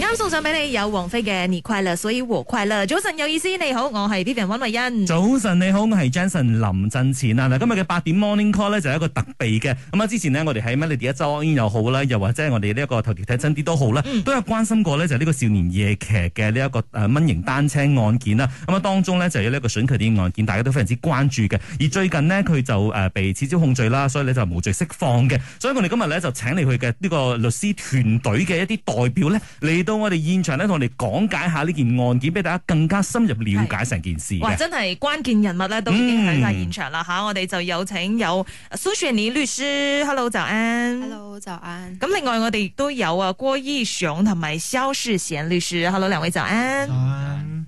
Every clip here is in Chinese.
啱送上俾你有王菲嘅《你快樂所以我快樂》。早晨有意思，你好，我係 Vivian 温慧欣。早晨，你好，我係 Jensen 林振前啊！嗱，今日嘅八點 Morning Call 咧就係一個特備嘅。咁啊，之前呢，我哋喺 Melody 一周又好啦，又或者係我哋呢一個頭條睇真啲都好啦，都有關心過呢，就係呢個少年夜騎嘅呢一個誒蚊型單車案件啦。咁啊，當中呢，就有呢一個損佢啲案件，大家都非常之關注嘅。而最近呢，佢就誒被撤銷控罪啦，所以呢，就無罪釋放嘅。所以我哋今日呢，就請嚟佢嘅呢個律師團隊嘅一啲代表呢，嚟到我哋現場呢，同我哋講解下呢件案件，俾大家更加深入了解成件事哇！嘅。真係關鍵人物咧，都已經喺晒現場啦吓、我哋就有請有呃蘇雪妮律師，Hello 早安。 Hello，早安。咁另外我哋亦都有啊郭依雄同埋蕭世賢律師，Hello 兩位早安。嗯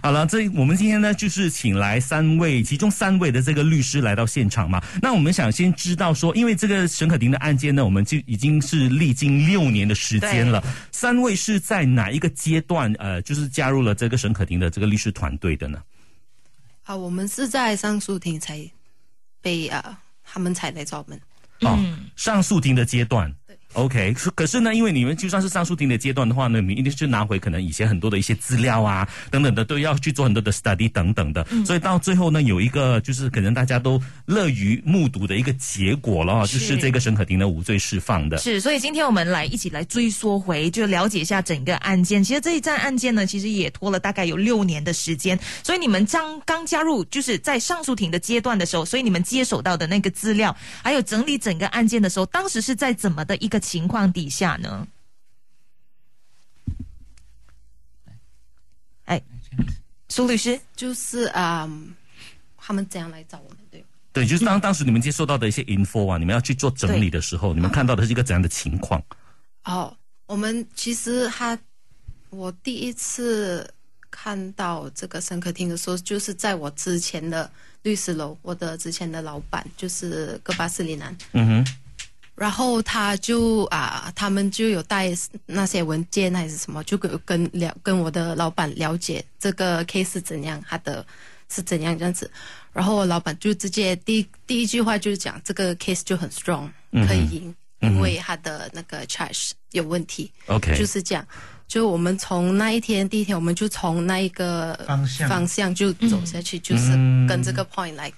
好了，这我们今天呢，就是请来三位，其中三位的这个律师来到现场嘛。那我们想先知道说，因为这个沈可婷的案件呢，我们就已经是历经六年的时间了。三位是在哪一个阶段？呃，就是加入了这个沈可婷的这个律师团队的呢？啊，我们是在上诉庭才被啊，他们才来找我们。哦，上诉庭的阶段。OK，是可是呢，因为你们就算是上诉庭的阶段的话呢，你们一定是拿回可能以前很多的一些资料啊，等等的，都要去做很多的 study 等等的，嗯所以到最后呢，有一个就是可能大家都乐于目睹的一个结果了，是就是这个沈可婷的无罪释放的。是，所以今天我们来一起来追溯回，就了解一下整个案件。其实这一站案件呢，其实也拖了大概有六年的时间。所以你们刚刚加入，就是在上诉庭的阶段的时候，所以你们接手到的那个资料，还有整理整个案件的时候，当时是在怎么的一个情况底下呢？哎，苏律师，就是啊、他们怎样来找我们？对，对，就是嗯当当时你们接受到的一些 info 啊，你们要去做整理的时候，你们看到的是一个怎样的情况？哦，我们其实他，我第一次看到这个深刻厅的时候，就是在我之前的律师楼，我的之前的老板就是戈巴斯里南。嗯哼，然后他就啊，他们就有带那些文件还是什么，就跟跟了跟我的老板了解这个 case 是怎样，他的是怎样这样子。然后我老板就直接第一第一句话就是讲这个 case 就很 strong，可以赢，嗯因为他的那个 charge 有问题。 OK 就是这样。就我们从那一天第一天，我们就从那一个方向嗯方向就走下去，就是跟这个 point 来、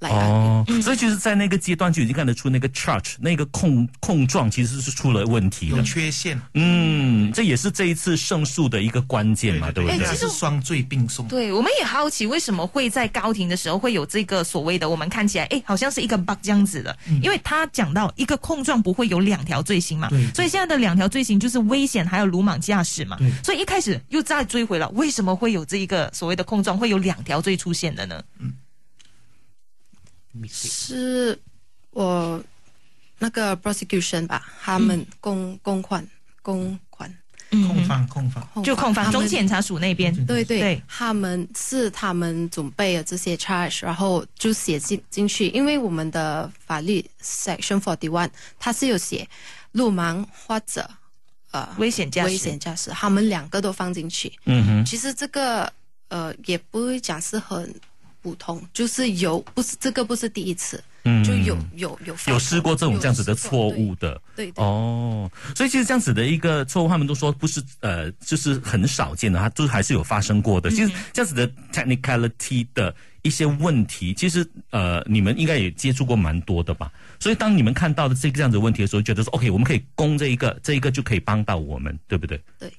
来来。哦，所以就是在那个阶段就已经看得出那个 charge 那个控控状其实是出了问题有了。缺陷，嗯，这也是这一次胜诉的一个关键嘛，对对，不哎它其对？实是双罪并送。对，我们也好奇为什么会在高庭的时候会有这个所谓的我们看起来哎好像是一个 bug 这样子的，嗯因为他讲到一个控状不会有两条罪行嘛对，所以现在的两条罪行就是危险还有鲁莽驾驶嘛对，所以一开始又再追回了，为什么会有这一个所谓的控状会有两条罪出现的呢？是我那个 prosecution 吧，他嗯们公、公款公款控方控方，控就控方他们中检察署那嗯边，对对，对他们是他们准备了这些 charge，然后就写进进去，因为我们的法律 section forty one 它是有写路盲或者呃危险驾驶危险驾驶，他们两个都放进去。嗯哼，其实这个呃也不会讲是很普通，就是有不是这个不是第一次，就有有有发有试过这种这样子的有试错过误的。对对对哦，所以其实这样子的一个错误，他们都说不是呃，就是很少见的，它都还是有发生过的。其实这样子的 technicality 的一些问题，其实呃，你们应该也接触过蛮多的吧？所以当你们看到的这个这样子的问题的时候，觉得说 OK，我们可以攻这一个，这一个就可以帮到我们，对不对？对。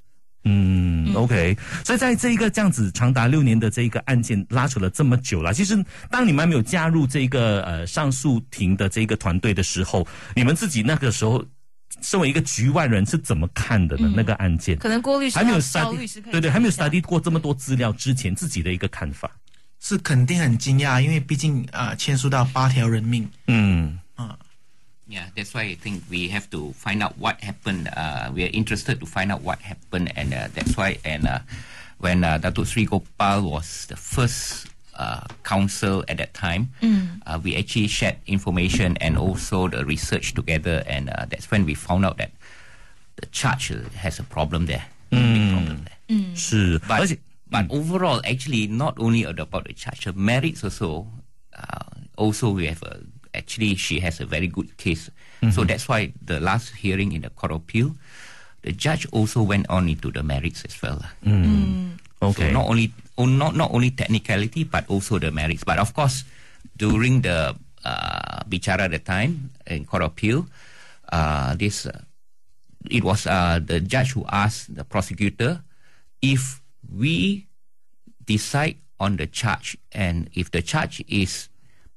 嗯，OK，所以在这一个这样子长达六年的这一个案件拉扯了这么久了，其实当你们还没有加入这个呃上诉庭的这个团队的时候，你们自己那个时候身为一个局外人是怎么看嗯的呢？那个案件可能郭律师还没有肖律师 study，可以对对，还没有讲一下 study 过这么多资料之前，自己的一个看法。是肯定很惊讶，因为毕竟啊、呃牵涉到八条人命嗯，啊、 Yeah, that's why I think we have to find out what happened. Uh, we are interested to find out what happened, and uh, that's why. And uh, when uh, Datuk Sri Gopal was the first uh, council at that time, uh, we actually shared information and also the research together, and uh, that's when we found out that the church has a problem there. a Big problem there. 嗯是， But, 而且 but overall, actually, not only about the charge, the merits also. Uh, also, we have a, actually she has a very good case. So that's why the last hearing in the court of appeal, the judge also went on into the merits as well. lah. Okay. So not only oh, not not only technicality but also the merits. But of course, during the uh, bicara the time in court of appeal, uh, this uh, it was uh, the judge who asked the prosecutor if we decide on the charge and if the charge is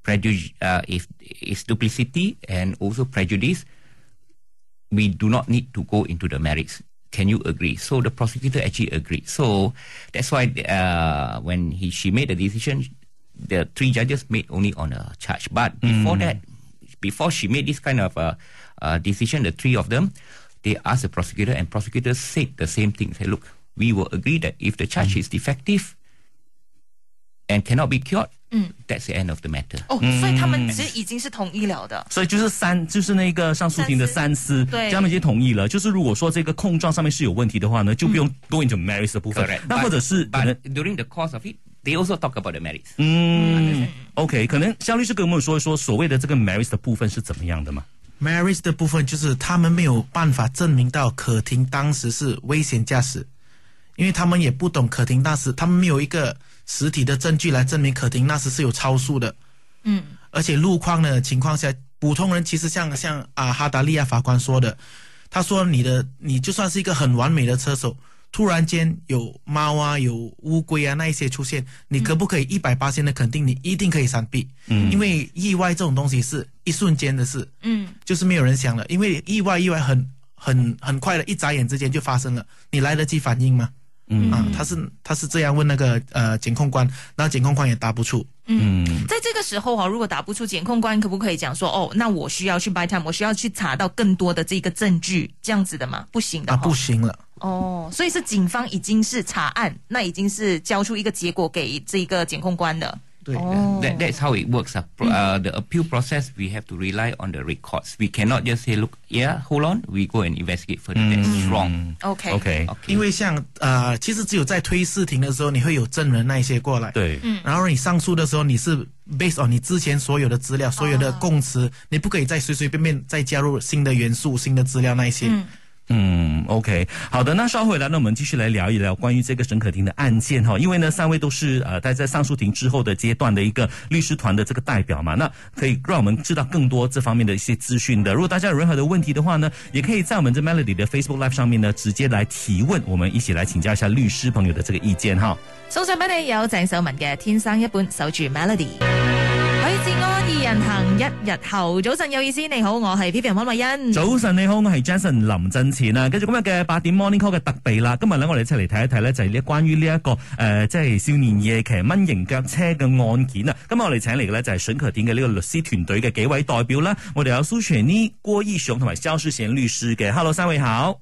prejudice, uh, if is duplicity and also prejudice, we do not need to go into the merits. Can you agree? So the prosecutor actually agreed. So that's why uh, when he she made the decision, the three judges made only on a charge. But before that, before she made this kind of uh, uh, decision, the three of them, they asked the prosecutor, and prosecutor said the same thing. Say, look, we will agree that if the charge is defective and cannot be cured, that's the end of the matter. 哦，所以他嗯们其实已经是同意了的。所以就是三，就是那个上诉庭的三思，三思他们已经同意了。就是如果说这个控状上面是有问题的话呢，就不用嗯 go into merits 的部分 Correct.。那 But- 或者是可能 but during the course of it, they also talk about the merits. 嗯 OK，可能肖律师跟我们说一说所谓的这个 merits 的部分是怎么样的嘛？ Marys 的部分就是他们没有办法证明到可婷当时是危险驾驶，因为他们也不懂可婷当时，他们没有一个实体的证据来证明可婷那时是有超速的。嗯，而且路况的情况下，普通人其实像像啊哈达利亚法官说的，他说你的你就算是一个很完美的车手，突然间有猫啊、有乌龟啊那一些出现，你可不可以一百八千的肯定你一定可以闪避？嗯，因为意外这种东西是一瞬间的事，嗯，就是没有人想了，因为意外意外很很很快的，一眨眼之间就发生了，你来得及反应吗？嗯啊，他是他是这样问那个呃检控官，然后检控官也答不出，嗯在这个时候啊，如果打不出检控官，可不可以讲说哦，那我需要去 buy time，我需要去查到更多的这个证据，这样子的吗？不行的、啊哦，不行了。哦，所以是警方已经是查案，那已经是交出一个结果给这个检控官的。对哦 That, that's how it works. Uh, Pro- uh, the appeal process, we have to rely on the records. We cannot just say, look, yeah, hold on, we go and investigate further. That's wrong. OK OK， Okay. 因为像呃，其实只有在推事庭的时候，你会有证人那一些过来，对，然后你上诉的时候，你是 based on 你之前所有的资料、所有的供词，你不可以再随随便便再加入新的元素、新的资料那一些。嗯，OK，好的，那稍回来呢，我们继续来聊一聊关于这个沈可婷的案件哈，因为呢，三位都是呃待在上诉庭之后的阶段的一个律师团的这个代表嘛，那可以让我们知道更多这方面的一些资讯的。如果大家有任何的问题的话呢，也可以在我们这 Melody 的 Facebook Live 上面呢直接来提问，我们一起来请教一下律师朋友的这个意见哈。送上俾你有郑秀文嘅《天生一本守住 Melody》。许志安二人行一日后，早晨有意思，你好，我系 Vivian 温慧欣。早晨，你好，我係 Jason 林振前啊。跟住今日嘅八點 Morning Call 嘅特備啦，今日咧我哋一齊嚟睇一睇咧，就係呢關於呢一個诶，即係少年夜騎蚊型腳車嘅案件啊。今日我哋請嚟嘅咧就係筍球典嘅呢個律師團隊嘅幾位代表啦。我哋有蘇全呢、郭義雄同埋肖世賢律師嘅。Hello，三位好。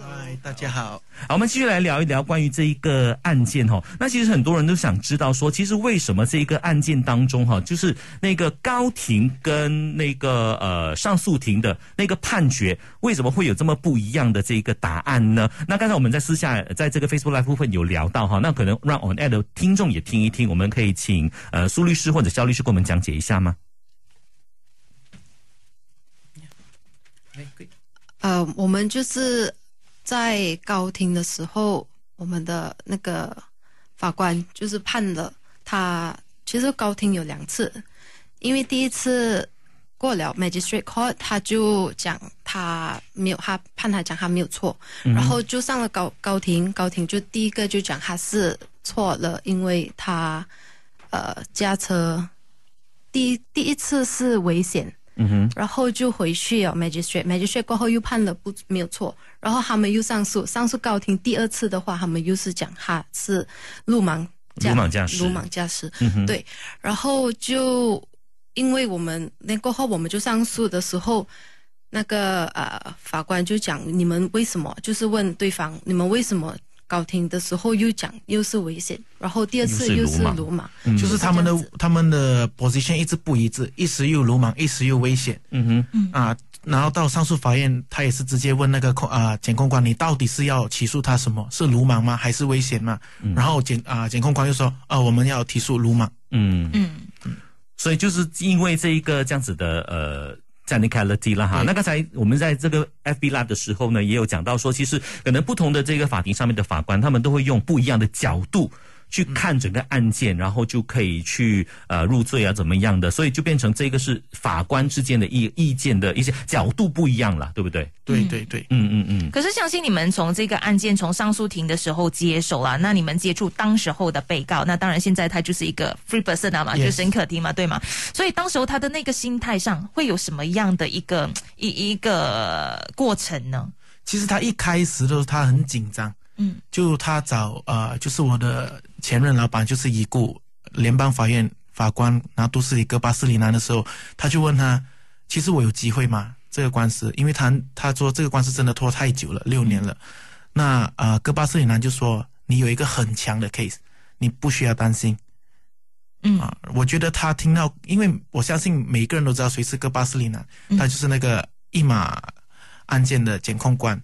嗨，大家好。好，我们继续来聊一聊关于这一个案件哈、那其实很多人都想知道说，其实为什么这一个案件当中哈、就是那个高庭跟那个呃上诉庭的那个判决，为什么会有这么不一样的这个答案呢？那刚才我们在私下呃在这个 Facebook Live 部分有聊到哈、那可能让 On Air 的听众也听一听，我们可以请呃苏律师或者肖律师给我们讲解一下吗？ Very good. 呃，我们就是在高庭的时候，我们的那个法官就是判了他。其实高庭有两次，因为第一次过了 magistrate court，他就讲他没有，他判他讲他没有错，然后就上了高高庭，高庭就第一个就讲他是错了，因为他呃驾车第一第一次是危险，然后就回去了 magistrate，magistrate 过后又判了不没有错，然后他们又上诉，上诉高庭第二次的话，他们又是讲他是路盲驾鲁莽驾驶鲁莽驾驶，嗯对，然后就因为我们那过后我们就上诉的时候，那个呃法官就讲你们为什么，就是问对方你们为什么高庭的时候又讲又是危险，然后第二次又又是鲁是莽嗯鲁莽，就是他们的这样子他们的 position 一直不一致，一时又鲁莽，一时又危险。嗯哼，啊，然后到上诉法院，他也是直接问那个控啊、检控官，你到底是要起诉他什么？是鲁莽吗？还是危险吗？然后检啊、检控官又说啊，我们要提出鲁莽。嗯嗯，所以就是因为这一个这样子的呃 technicality 啦哈。对那刚才我们在这个 FB Live 的时候呢，也有讲到说，其实可能不同的这个法庭上面的法官，他们都会用不一样的角度。去看整个案件，然后就可以去呃入罪啊，怎么样的，所以就变成这个是法官之间的意意见的一些角度不一样了，对不对？对对对，嗯嗯嗯。可是相信你们从这个案件从上诉庭的时候接手啦，那你们接触当时候的被告，那当然现在他就是一个 free person 啊嘛， Yes 就是沈可婷嘛，对吗？所以当时候他的那个心态上会有什么样的一个一一个过程呢？其实他一开始的时候他很紧张，嗯，就他找呃，就是我的前任老板，就是已故联邦法院法官拿杜斯里戈巴斯里南的时候，他就问他，其实我有机会吗？这个官司，因为他他说这个官司真的拖太久了，六年了。那呃，戈巴斯里南就说你有一个很强的 case，你不需要担心。嗯啊，我觉得他听到，因为我相信每个人都知道谁是戈巴斯里南，他就是那个一马案件的检控官，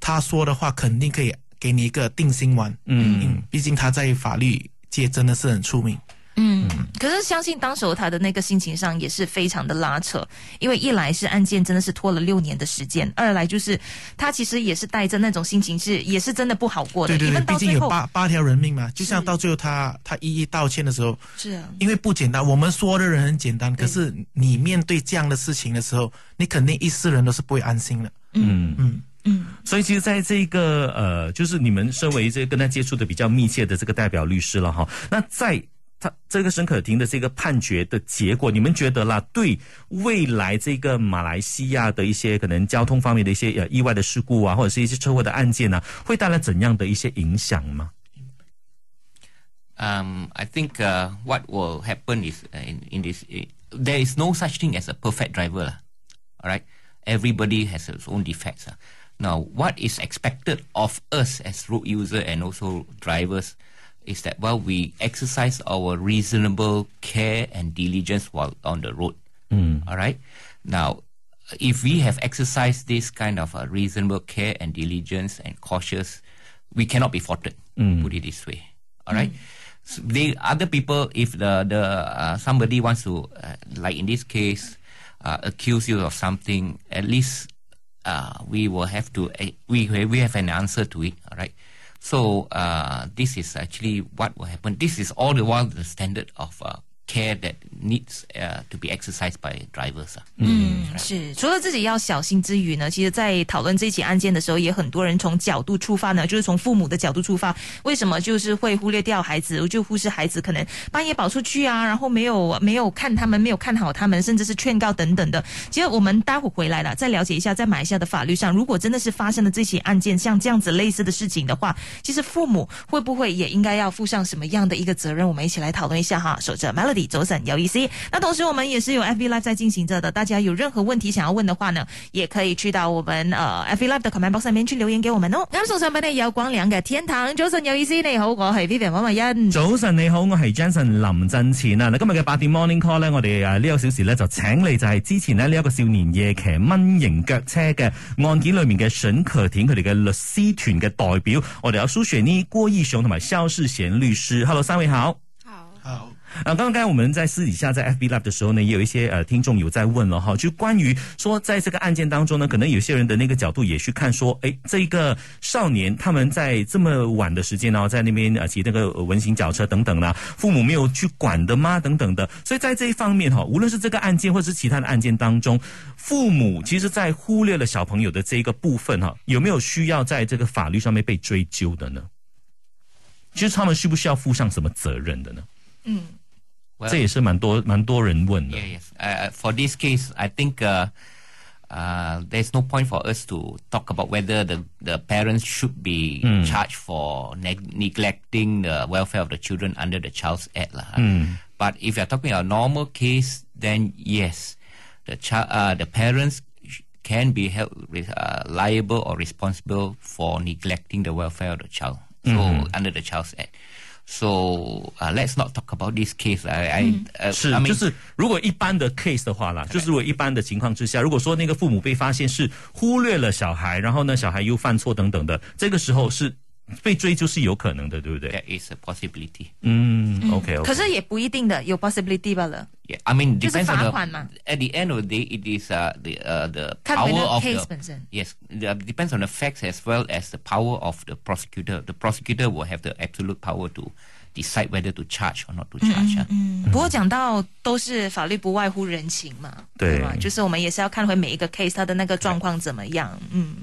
他说的话肯定可以给你一个定心丸。嗯嗯，毕竟他在法律界真的是很出名。嗯，可是相信当时候他的那个心情上也是非常的拉扯，因为一来是案件真的是拖了六年的时间，二来就是他其实也是带着那种心情是也是真的不好过的，对对因对，为毕到竟最有后八八条人命嘛，就像是到最后他他一一道歉的时候，是啊，因为不简单，我们说的人很简单，可是你面对这样的事情的时候，你肯定一世人都是不会安心的。嗯嗯，嗯。所以其实，在这个呃，就是你们身为这跟他接触的比较密切的这个代表律师了哈，那在他这个沈可婷的这个判决的结果，你们觉得啦，对未来这个马来西亚的一些可能交通方面的一些呃意外的事故啊，或者是一些车祸的案件呢、会带来怎样的一些影响吗？ Um, I think uh, what will happen is uh, in, in this, eh, there is no such thing as a perfect driver. lah. All right, everybody has its own defects. lah. Now, what is expected of us as road user and also drivers is that well, we exercise our reasonable care and diligence while on the road. All right. Now, if we have exercised this kind of uh, reasonable care and diligence and cautious, we cannot be faulted. Put it this way. All right. So the other people, if the the uh, somebody wants to, uh, like in this case, uh, accuse you of something, at least uh, we will have to eh, we we have an answer to it. All right. So uh, this is actually what will happen. This is all the while the standard of uh, care that needs uh, to be exercised by drivers. ah. 嗯，是。除了自己要小心之余呢，其实，在讨论这起案件的时候，也很多人从角度出发呢，就是从父母的角度出发，为什么就是会忽略掉孩子，就忽视孩子可能半夜跑出去啊，然后没有没有看他们，没有看好他们，甚至是劝告等等的。其实我们待会回来了，再了解一下，在马来西亚的法律上，如果真的是发生了这起案件，像这样子类似的事情的话，其实父母会不会也应该要负上什么样的一个责任？我们一起来讨论一下哈。守着 Melody 走散有意思。那同时我们也是有 FB Live 在进行着的，大家有任何问题想要问的话呢，也可以去到我们呃 FB Live 的 comment box 上面去留言给我们哦。啱送上俾你有光良嘅天堂，早晨有意思，你好，我系 Vivian 温慧欣。早晨你好，我係 Jensen 林振前啊！嗱，今日嘅八點 Morning Call 咧，我哋呃誒呢個小時咧就請嚟就係之前咧呢一個少年夜騎蚊型腳車嘅案件裏面嘅沈可婷佢哋嘅律師團嘅代表，我哋有蘇雪妮、郭義雄同埋蕭世賢律師。Hello，三位好。好，好，啊，刚刚我们在私底下在 FB Lab 的时候呢，也有一些呃听众有在问了哈，就关于说在这个案件当中呢，可能有些人的那个角度也去看说，哎，这个少年他们在这么晚的时间呢、然后在那边呃骑那个呃文型脚车等等啦、父母没有去管的吗？等等的，所以在这一方面哈，无论是这个案件或者是其他的案件当中，父母其实在忽略了小朋友的这个部分哈，有没有需要在这个法律上面被追究的呢？就是他们需不需要负上什么责任的呢？ Well, 这也是蛮多蛮多人问的。 yeah, yes. Uh, for this case, I think uh, uh, there's no point for us to talk about whether the, the parents should be charged for neg- neglecting the welfare of the children under the Child's Act. lah. But if you're talking about a normal case, then yes, the child, uh, the parents sh- can be held re- uh, liable or responsible for neglecting the welfare of the child. So under the Child's Act. So uh, let's not talk about this case. I, I, uh, 是 I，mean, 就是如果一般的 case 的话啦，就是如果一般的情况之下，如果说那个父母被发现是忽略了小孩，然后呢小孩又犯错等等的，这个时候是被追究是有可能的，对不对？ That is a possibility. 嗯，OK，可是也不一定的，有 possibility 罢了。 Yeah, I mean, 就是 depends on 罚款嘛。 the. At the end of the day, it is uh, the uh, the 看 power whether of case the 本身。 yes, the, uh, depends on the facts as well as the power of the prosecutor. The prosecutor will have the absolute power to decide whether to charge or not to charge. ah. 嗯，不过讲到都是法律不外乎人情嘛，对吧？就是我们也是要看回每一个 case 它的那个状况怎么样。嗯，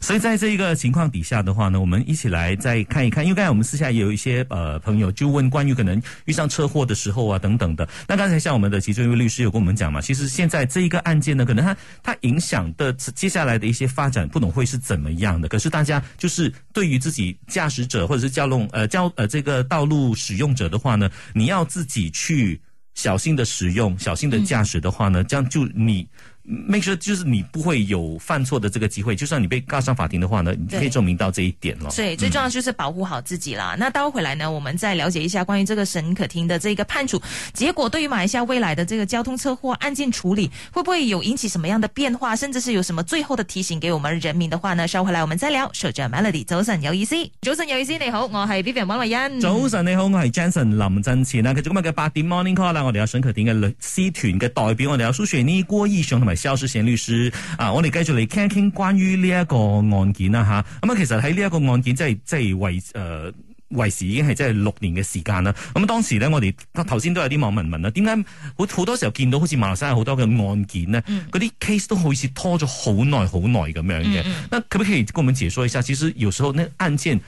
所以在这一个情况底下的话呢，我们一起来再看一看，因为刚才我们私下也有一些呃朋友就问关于可能遇上车祸的时候啊等等的。那刚才像我们的其中一位律师有跟我们讲嘛，其实现在这一个案件呢，可能它它影响的接下来的一些发展，不懂会是怎么样的。可是大家就是对于自己驾驶者或者是交通呃交呃这个道路使用者的话呢，你要自己去。小心的使用，小心的嗯驾驶的话呢，这样就你 make sure 就是你不会有犯错的这个机会。就算你被告上法庭的话呢，你对可以证明到这一点咯。所以最重要就是保护好自己啦。那待会回来呢，我们再了解一下关于这个沈可婷的这个判处结果，对于马来西亚未来的这个交通车祸案件处理，会不会有引起什么样的变化，甚至是有什么最后的提醒给我们人民的话呢？稍回来我们再聊。守着 Melody，早晨有意思，早晨有意思，你好，我系 Vivian 温慧欣。早晨你好，我系 Jason 林振前啊啦。繼續今日嘅八點 Morning Call 啦，我哋有沈可典嘅律師團嘅代表，我哋有蘇雪呢、郭義雄同埋蕭詩賢律師啊。我哋繼續嚟傾一傾關於呢一個案件啦吓。咁啊，其實喺呢一個案件即係即係為誒。呃為時已經係即係六年嘅時間啦。咁當時咧，我哋頭先都有啲網民問啦，點解好好多時候見到好似馬來西亞好多嘅案件呢，嗰啲 case 都好似拖咗好耐好耐咁樣嘅。那可不可以跟我們解說一下？其實有時候那案件。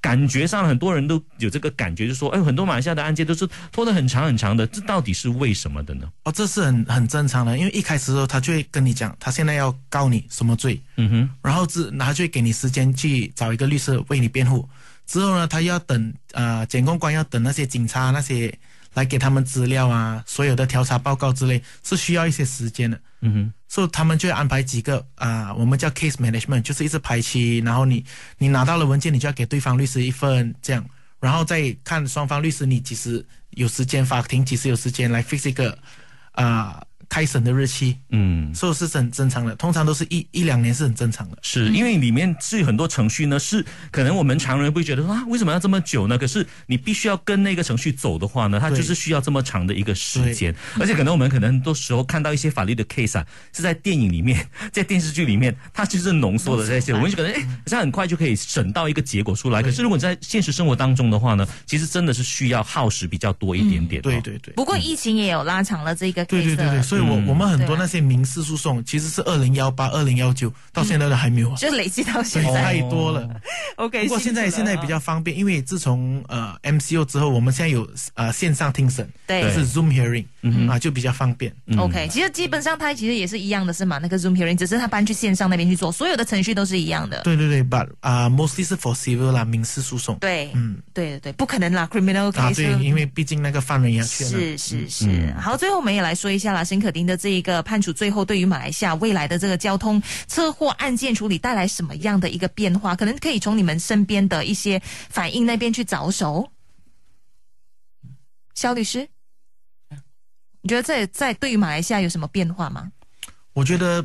感覺上很多人都有這個感覺，就說，哎，很多馬來西亞的案件都是拖得很长很长的，这到底是为什么的呢？哦，这是很很正常的，因为一开始的时候他就会跟你讲，他现在要告你什么罪，嗯哼，然后之然后就会给你时间去找一个律师为你辩护，之后呢，他又要等呃检控官要等那些警察那些来给他们资料啊，所有的调查报告之类是需要一些时间的，嗯哼，所以他们就会安排几个啊、我们叫 case management，就是一直排期，然后你你拿到了文件，你就要给对方律师一份这样。然后再看双方律师你几时有时间，法庭几时有时间来 fix 一个啊、开审的日期，嗯，所以是很正常的，通常都是一一两年是很正常的。是因为里面是很多程序呢，是可能我们常人会觉得说啊，为什么要这么久呢？可是你必须要跟那个程序走的话呢，它对就是需要这么长的一个时间，而且可能我们可能很多时候看到一些法律的 case 啊，是在电影里面， 在电视剧里面，它就是浓缩的这些，我们就可能哎，好像很快就可以审到一个结果出来。可是如果你在现实生活当中的话呢，其实真的是需要耗时比较多一点点、哦嗯对对对，不过疫情也有拉长了这个 case 对对对了对，所以我、我们很多对啊那些民事诉讼其实是二零幺八、二零幺九到现在都还没有啊，就累积到现对在。太多了。 OK，不过现在辛苦现了啊在比较方便，因为自从呃 MCO 之后，我们现在有呃线上听审，对嗯就是 Zoom hearing 啊，就比较方便。 OK，其实基本上它其实也是一样的，是吗？那个 Zoom hearing 只是它搬去线上那边去做，所有的程序都是一样的。对对对，but 啊、m o s t l y 是 for civil 啦，民事诉讼。对，嗯对对对，不可能啦，criminal 啊， case 对，因为嗯毕竟那个犯人也要去了。是是是，好，最后我们也来说一下啦，沈可丁的这一个判处，最后对于马来西亚未来的这个交通车祸案件处理带来什么样的一个变化？可能可以从你们身边的一些反应那边去着手。肖律师，你觉得在在对于马来西亚有什么变化吗？我觉得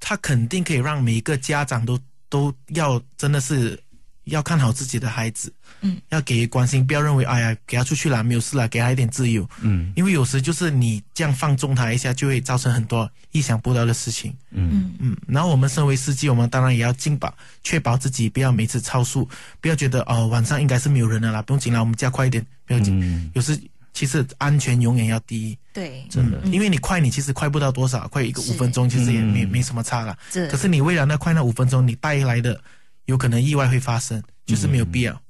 他肯定可以让每一个家长都都要真的是要看好自己的孩子，嗯，要给予关心，不要认为哎呀给他出去啦，没有事啦，给他一点自由，嗯，因为有时就是你这样放纵他一下，就会造成很多意想不到的事情，嗯嗯。然后我们身为司机，我们当然也要尽保确保自己不要每次超速，不要觉得哦晚上应该是没有人的啦，不用紧啦，我们加快一点，不要紧。嗯，有时其实安全永远要第一，对，真的，嗯因为你快，你其实快不到多少，快一个是五分钟，其实也没、嗯没什么差了。这可是你为了那快那五分钟，你带来的有可能意外会发生，就是没有必要。嗯。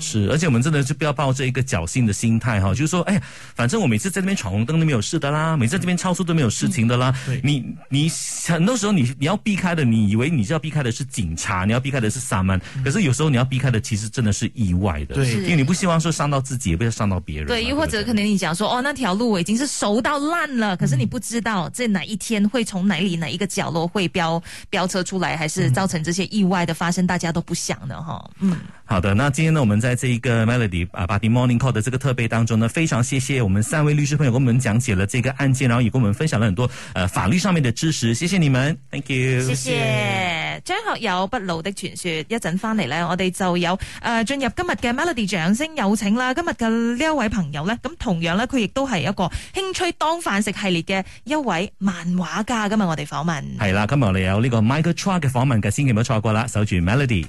是，而且我们真的是不要抱着一个侥幸的心态哈，就是说，哎呀，反正我每次在那边闯红灯都没有事的啦，每次在这边超速都没有事情的啦。嗯对你你很多时候你你要避开的，你以为你是要避开的是警察，你要避开的是萨满，可是有时候你要避开的其实真的是意外的，嗯对因为你不希望说伤到自己，也不要伤到别人嘛。对，又或者不可能你讲说，哦，那条路我已经是熟到烂了，可是你不知道这哪一天会从哪里哪一个角落会飙飙车出来，还是造成这些意外的发生，大家都不想的哈。嗯，好的，那今天呢，我们在这一个 Melody 啊八点 Morning Call 的这个特备当中呢，非常谢谢我们三位律师朋友跟我们讲解了这个案件，然后也跟我们分享了很多呃法律上面的知识，谢谢你们，Thank you，谢謝張學友不老的傳說，一陣翻嚟呢，我哋就有誒、呃、進入今日嘅 Melody 掌聲有請啦。今日嘅呢一位朋友呢，咁同樣呢，佢亦都係一個興趣當飯食系列嘅一位漫畫家。今日我哋訪問。係啦，今日我哋有呢個 Michael Chua 嘅訪問嘅，千祈唔好錯過啦，守住 Melody。